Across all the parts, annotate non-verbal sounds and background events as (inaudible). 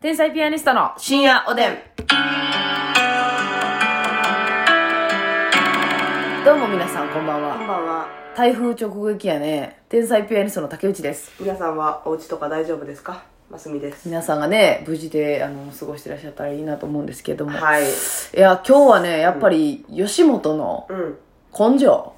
天才ピアニストの深夜おでん。どうも皆さんこんばんこんは。ばんは。台風直撃やね、天才ピアニストの竹内です。皆さんはお家とか大丈夫ですかますみです。皆さんがね、無事で、あの、過ごしてらっしゃったらいいなと思うんですけれども。はい。いや、今日はね、やっぱり、吉本のうん。根性。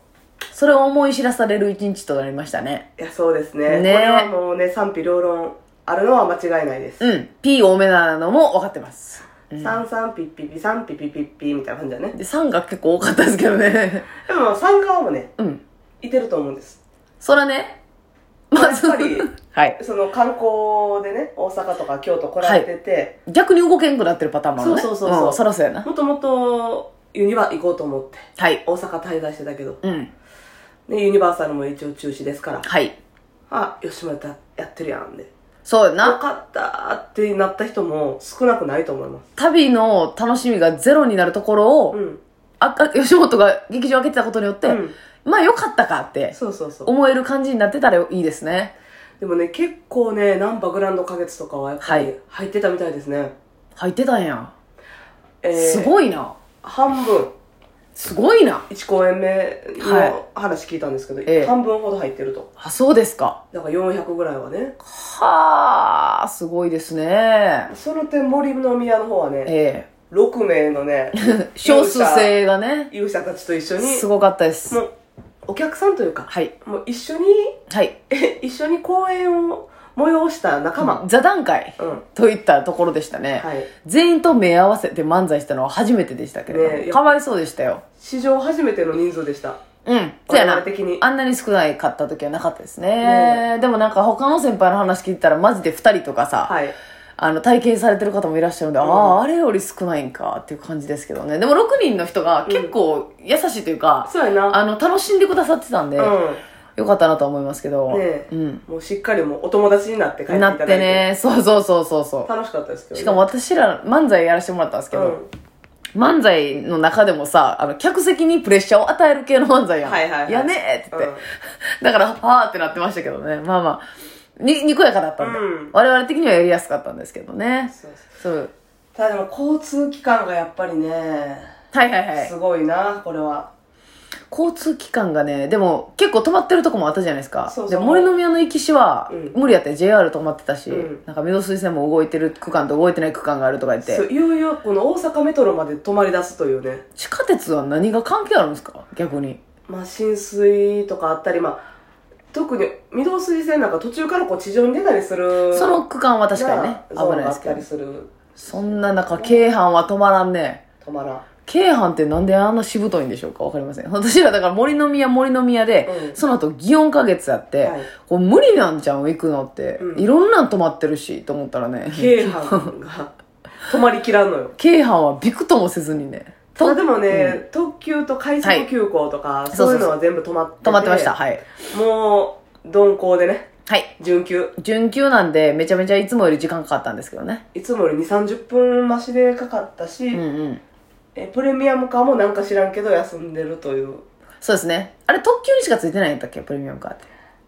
それを思い知らされる一日となりましたね。いや、そうですね。ねこれはもうね、賛否両論あるのは間違いないです。うん。P 多めなのも分かってます。うん三三ピッピピ三ピピピッピみたいな感じだね。で、3が結構多かったですけどね。 (laughs) でも三側もね、うん。いてると思うんです。そらね。やっぱりその (laughs) はい。その観光でね、大阪とか京都来られてて、逆に動けんくなってるパターンもあるね。そうそうそうそうんそらそうやな。もともとユニバ行こうと思って、はい。大阪滞在してたけど、うん。ね、ユニバーサルも一応中止ですから、はい。あ、吉村やってるやんで、そうやよな。かったーってなった人も少なくないと思います。旅の楽しみがゼロになるところを、うん。ああ吉本が劇場開けてたことによって、うんまあよかったかってそうそうそう。思える感じになってたらいいですね。でもね、結構ね、ナンバグランド花月とかはやっぱはりい入ってたみたいですね。入ってたんや。えーすごいな。半分、すごいな。 1公演目はいの話聞いたんですけど、ええ半分ほど入ってると。あ、そうですか。だから400ぐらいはね。はあ、すごいですね。その点、森の宮の方はね、え6名のねえ、 (laughs) 少数性がね、勇者たちと一緒に、すごかったですも。う、お客さんというか、はい。もう一緒に、 (laughs) はい。一緒に公演を催した仲間。座談会うん。といったところでしたね。はい。全員と目合わせて漫才したのは初めてでしたけれども、ねえかわいそうでしたよ。史上初めての人数でした。うん。そうや我な々。的に。あんなに少ないかった時はなかったですね。ねでもなんか他の先輩の話聞いたらマジで2人とかさ、はい。あの体験されてる方もいらっしゃるので、あうあ、あれより少ないんかっていう感じですけどね。でも6人の人が結構優しいというか、そうやな。あの、楽しんでくださってたんで、うよかったなとは思いますけど、ん。ねえうん。もうしっかりもうお友達になって帰っていなただっいて。て。ね、そうそうそうそうそ楽しかったですけう。ど、ね。しかも私ら漫才やらせてもらったんですけど、漫才の中でもさ、あの、客席にプレッシャーを与える系の漫才やん。はいはいはいやねーってう言ん。って。 (laughs) だから、はーってなってましたけどね。まあまあ。に、にこやかだったんで、うん我々的にはやりやすかったんですけどね。そうそうそう。ただでも交通機関がやっぱりね、はいはいはいす。ごいな、これは。交通機関がね、でも結構止まってるとこもあったじゃないですか。そうそうで、森の宮の行きしは、うん無理やって JR 止まってたし、うんなんか水道水線も動いてる区間と動いてない区間があるとか言っそて、ういよいよこの大阪メトロまで泊まり出すというね、地下鉄は何が関係あるんですか逆に。まあ、浸水とかあったり、まあ、特に御堂筋線なんか途中からこう地上に出たりするその区間は確かにね、ゾー危ないンがであすっけたどり。するそんな中、京阪は止まらんね。止まらん京阪ってなんであんなしぶといんでしょうかわかりません。私らだから森の宮森の宮で、うんその後祇園花月やって、はいこう無理なんじゃん行くのって、うんいろんなん止まってるし、と思ったらね。京阪 (laughs) が止まりきらんのよ京阪はびくともせずにね。まあとでもね、特急と快速急行とか、そういうのは全部止まってて止まってました。はい。もう鈍行でねはい。準急準急なんで、めちゃめちゃいつもより時間かかったんですけどね。いつもより2 3 0分増しでかかったし、うんうん。えプレミアム化もなんか知らんけど休んでるというそうですね。あれ特急にしかついてないんだっけプレミアムカーって。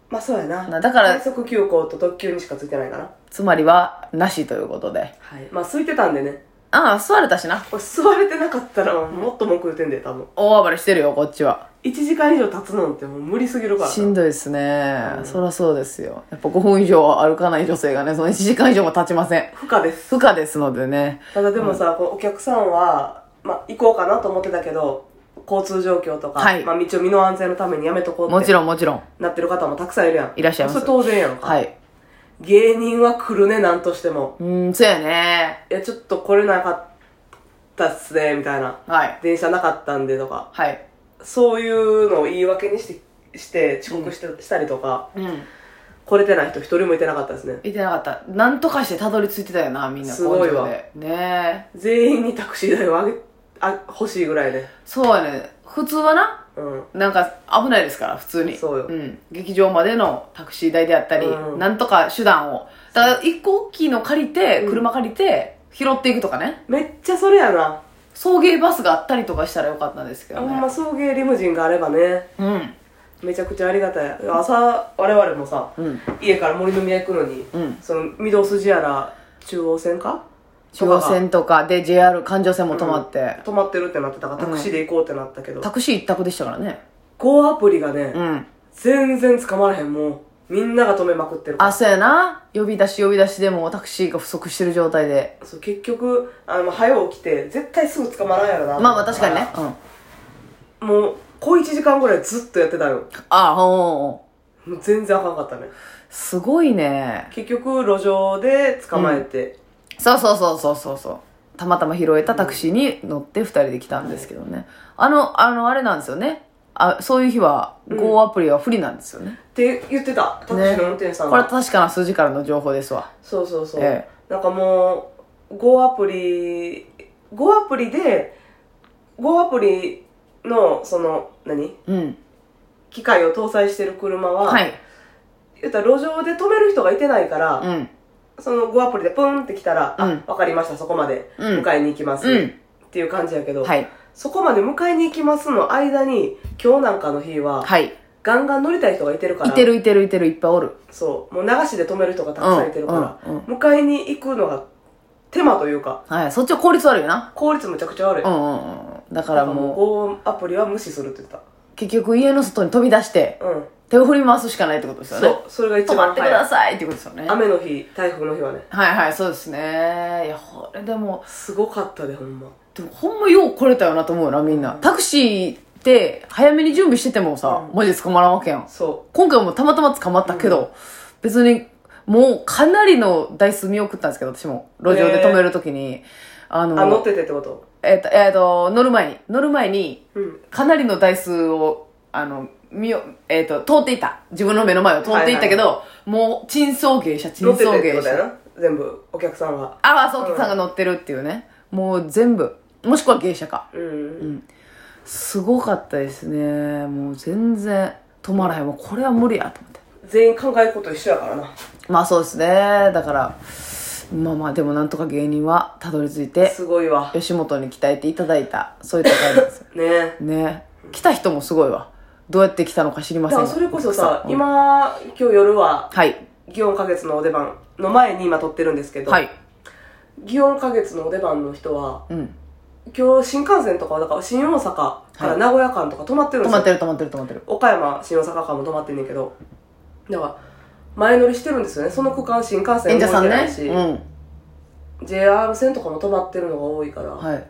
まあそうやななだから快速急行と特急にしかついてないかなつまりは、なしということで。はいまあ空いてたんでねああ、座れたしな。これ座れてなかったらもっと文句言ってんで多分大暴れしてるよ、こっちは。 1時間以上経つのってもう無理すぎるからなしんどいですね、うんそりゃそうですよやっぱ5分以上歩かない女性がねその1時間以上も経ちません負荷です不可ですのでねただでもさ、このお客さんは、まあ、行こうかなと思ってたけど交通状況とか、はいまあ、道を身の安全のためにやめとこうもっちてろんもちろんなってる方もたくさんいるやんいらっしゃいますそれ当然やんか、はい芸人は来るねなんとしてもうーんそうやねいやちょっと来れなかったっすねみたいなはい電車なかったんでとかはいそういうのを言い訳にしてして遅刻して、したりとかうん来れてない人一人もいてなかったですねいてなかったなんとかしてたどり着いてたよなみんなすごいわ根性でねえ全員にタクシー代をあげあ欲しいぐらいねそうやね普通はなうんなんか危ないですから普通にそうよん、劇場までのタクシー代であったり、うんなんとか手段をだから1個大きいの借りてうん車借りて拾っていくとかね、めっちゃそれやな送迎バスがあったりとかしたらよかったんですけどほねんま送迎リムジンがあればねうんめちゃくちゃありがたい朝我々もさうん家から森の宮行くのにうんその御堂筋やら中央線か中央線とかで JR 環状線も止まって、止まってるってなってたからタクシーで行こうってなったけど、タクシー一択でしたからねこうアプリがね、うん全然捕まらへんもうみんなが止めまくってるからあそうやな呼び出し呼び出しでもタクシーが不足してる状態でそう結局あの早起きて絶対すぐ捕まらんやろなまあまあ確かにねうんもう小1時間ぐらいずっとやってたよあほうもう全然あかんかったねすごいね結局路上で捕まえて、そうそうそうそうそうそうたまたま拾えたタクシーに乗って2人で来たんですけどねあのあのあれなんですよねあそういう日は GO アプリは不利なんですよね、って言ってたタクシーの運転手さんこが、れは確かな数字からの情報ですわそうそうそう、えなんかもう Go アプリ Go アプリで Go アプリのその何うん機械を搭載してる車は、はい言ったら路上で止める人がいてないから、うんその Go アプリでプンって来たら、うあんわかりましたそこまでうん迎えに行きます、うんっていう感じやけど、はいそこまで迎えに行きますの間に今日なんかの日は、はいガンガン乗りたい人がいてるからいてるいてるいてるいっぱいおるそうもう流しで止める人がたくさんいてるから、うんうん迎えに行くのが手間というかはいそっちは効率悪いよな効率むちゃくちゃ悪い、うだんうんうんだかかららもうも Go アプリは無視するって言ってう結局家の外に飛び出してたうん手を振り回すしかないってことですよねそうそれが一止ま番ってくだ早いさいってことですよね雨の日台風の日はねはいはいそうですねいやこれでもすごかったでほんまでもほんまよう来れたよなと思うよなみんなタクシーって早めに準備しててもさ、うんマジで捕まらんわけやんそ今回もたまたま捕まったけど、別にもうかなりの台数見送ったんですけど私も路上で止めるときに、あうのあ乗っててってことえっ、と,、えっと乗る前に乗る前にうんかなりの台数をあの見よ、えっと通っていた自分の目の前を通っていったけど、もう珍送迎車珍乗って送て迎ってこと車やな全部お客さんはああそうお客さんが乗ってるっていうね、もう全部もしくは芸者かうん、すごかったですねもう全然止まらへんもうこれは無理やと思って全員考えること一緒やからなまあそうですねだからまあまあでもなんとか芸人はたどり着いてすごいわ吉本に鍛えていただいたそういった感じですねえね来た人もすごいわどうやって来たのか知りまだせんかがらそれこそさ、うん今今日夜ははい祇園花月のお出番の前に今撮ってるんですけど、はい祇園花月のお出番の人はうん今日新幹線とかだから新大阪から名古屋間とか止まってるん止ですまよ、ってる止まってる止まってる岡山新大阪間も止まってんねんけどだから前乗りしてるんですよねその区間新幹線演も者さ動いんてないねし、う JR 線とかも止まってるのが多いから、んはい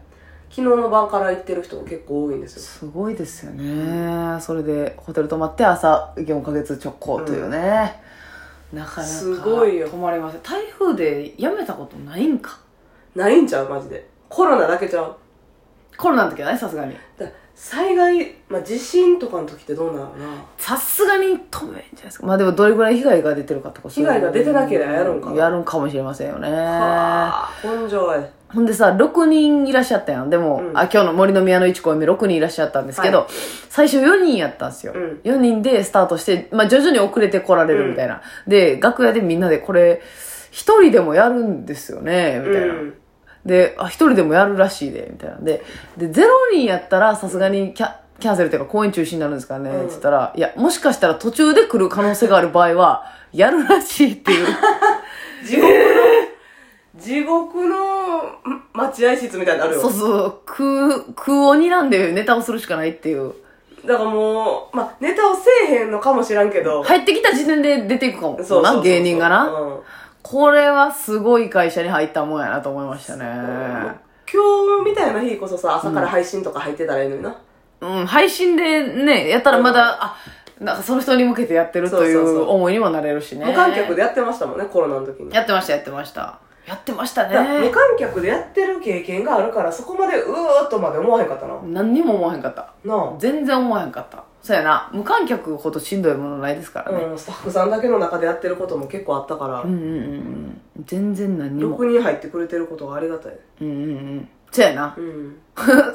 昨日の晩から行ってる人も結構多いんですよすごいですよねそれでホテル泊まって朝4ヶ月直行というね、なかなかすごいよ泊まりません台風でやめたことないんかないんちゃうマジでコロナだけちゃうコロナの時はねさすがにだから災害、まあ、地震とかの時ってどうなのかなさすがに止めんじゃないですかまあでもどれぐらい被害が出てるかとかそういう被害が出てなければやるんかなやるんかもしれませんよねはあ根性やほんでさ6人いらっしゃったやんでも、うんあ今日の森の宮の1公演目6人いらっしゃったんですけど、は最初4人やったんですよ、うん4人でスタートして、まあ、徐々に遅れて来られるみたいな、で楽屋でみんなでこれ1人でもやるんですよねみたいな、うんであ1人でもやるらしいでみたいなんでで0人やったらさすがにキャキャンセルっていうか公演中止になるんですからね、うんって言ったらいやもしかしたら途中で来る可能性がある場合はやるらしいっていう地獄の、 (laughs) 地獄のん待合室みたいになるそうよ。そう空空を睨んでネタをするしかないっていう。だからもう、まあ、ネタをせえへんのかもしらんけど。入ってきた時点で出ていくかもそうそうそうそなう芸人がな、うんこれはすごい会社に入ったもんやなと思いましたね今日みたいな日こそさ、朝から配信とか入ってたらいいのにな。うん配信でねやったらまだ、うんあなんかその人に向けてやってるといそうそうそうう思いにもなれるしね無観客でやってましたもんね、コロナの時に。やってましたやってましたやってましただから無ね観客でやってる経験があるから、そこまでうーっとまで思わへんかったな。何にも思わへんかったな全然思わへんかったそうやな無観客ほどしんどいものないですからあ。ね、うん、スタッフさんだけの中でやってることも結構あったからうん、、うんうんうん全然何にも6人入ってくれてることがありがたい。うんうんうんそうやな (laughs) うん。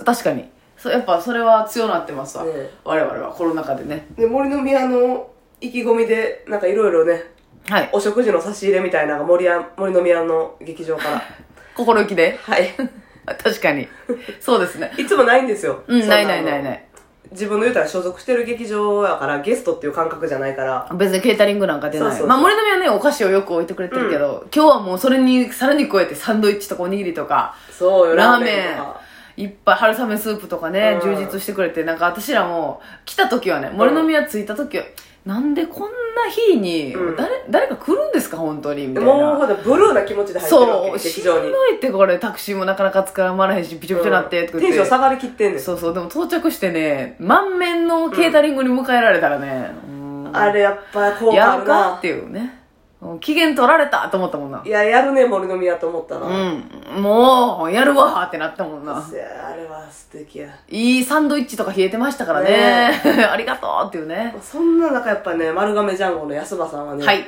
確かにそうやっぱそれは強なってますわ、ねえ我々はコロナ禍でねで、森の宮の意気込みで、なんかいろいろね、はいお食事の差し入れみたいなのが森や森の宮の劇場 (laughs) から。心意気ではい。確かに。そうですね。いつもないんですよ。うん、そないないないい。ない。自分の言うたら所属してる劇場やから、ゲストっていう感覚じゃないから、別にケータリングなんか出ない。そうそうそうまあ、森の実はね、お菓子をよく置いてくれてるけど、今日はもうそれに、さらに加えてサンドイッチとかおにぎりとか、そうよ、ラーとメンか。いっぱい春雨スープとかね、うん充実してくれて、なんか私らも、来た時はね、森の実は着いた時は、なんでこんな日に、うん誰、誰か来るんですか、本当に、みたいな。もうほんとブルーな気持ちで入ってるわそけ、う、し劇んど場に。いってこれ、タクシーもなかなか捕まらへんし、びちょびちょになって、とかテ言っンてション下がりきってんねん。そうそう、でも到着してね、満面のケータリングに迎えられたらね、うんあれやっぱ効果あやるるかなっ。ていうね。うん期限取られたと思ったもんな。いや、やるね、森の宮と思ったな。うん。もう、やるわーってなったもんな。いやあれは素敵や。いいサンドイッチとか冷えてましたからね。 (laughs) ありがとうっていうね。そんな中やっぱね、丸亀ジャンゴの安葉さんはね、はい。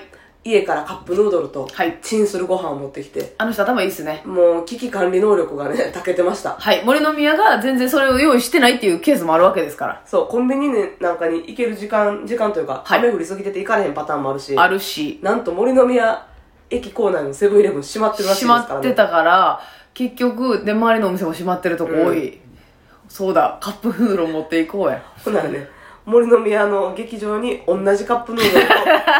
家からカップヌードルと、はいチンするご飯を持ってきて、あの人頭いいっすね。もう危機管理能力がね、長 (laughs) けてました。はい。森の宮が全然それを用意してないっていうケースもあるわけですから。そう、コンビニなんかに行ける時間、時間というか、はい雨降りすぎてて行かれへんパターンもあるし、あるし。なんと森の宮駅構内のセブンイレブン閉まってるらしい閉ですかまらっね。てたから、結局、で、周りのお店も閉まってるとこ多い。そうだ、カップフード持っていこうや。ほんならね、森の宮の劇場に同じカップヌードルと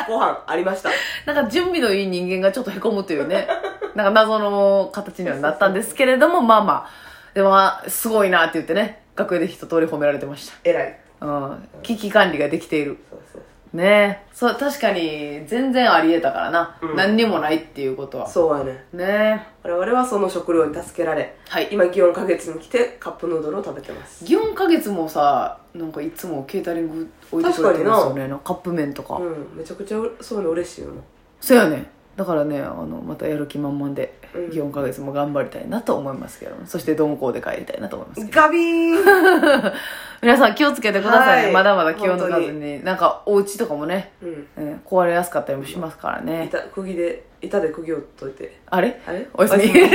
ご飯ありま (laughs) した。なんか準備のいい人間がちょっとへこむというね、 (laughs) なんか謎の形にはなったんですけれども、まあまあ、でもまあ、すごいなって言ってね、学園で一通り褒められてまし偉い。た。うん。危機管理ができている。そうそうねえ。そう、確かに、全然あり得たからな。うん何にもないっていうことは。そうやね。ね我々はその食料に助けられ、え。はい。今祇園花月に来てカップヌードルを食べてます。祇園花月もさ、なんかいつもケータリング置いてくれてますよね。なんかカップ麺とか。うん、めちゃくちゃそういうの嬉しいよな。そうやね。だからね、あの、またやる気満々で、うん祇園花月も頑張りたいなと思いますけど、そして鈍行で帰りたいなと思いますけど。ガビーン皆さん気をつけてくださいね、はいまだまだ気を抜かず本になんかお家とかもね、うん。うん壊れやすかったりもしますからね板、釘で、板で釘を取って。あれあれおやすみおやすみ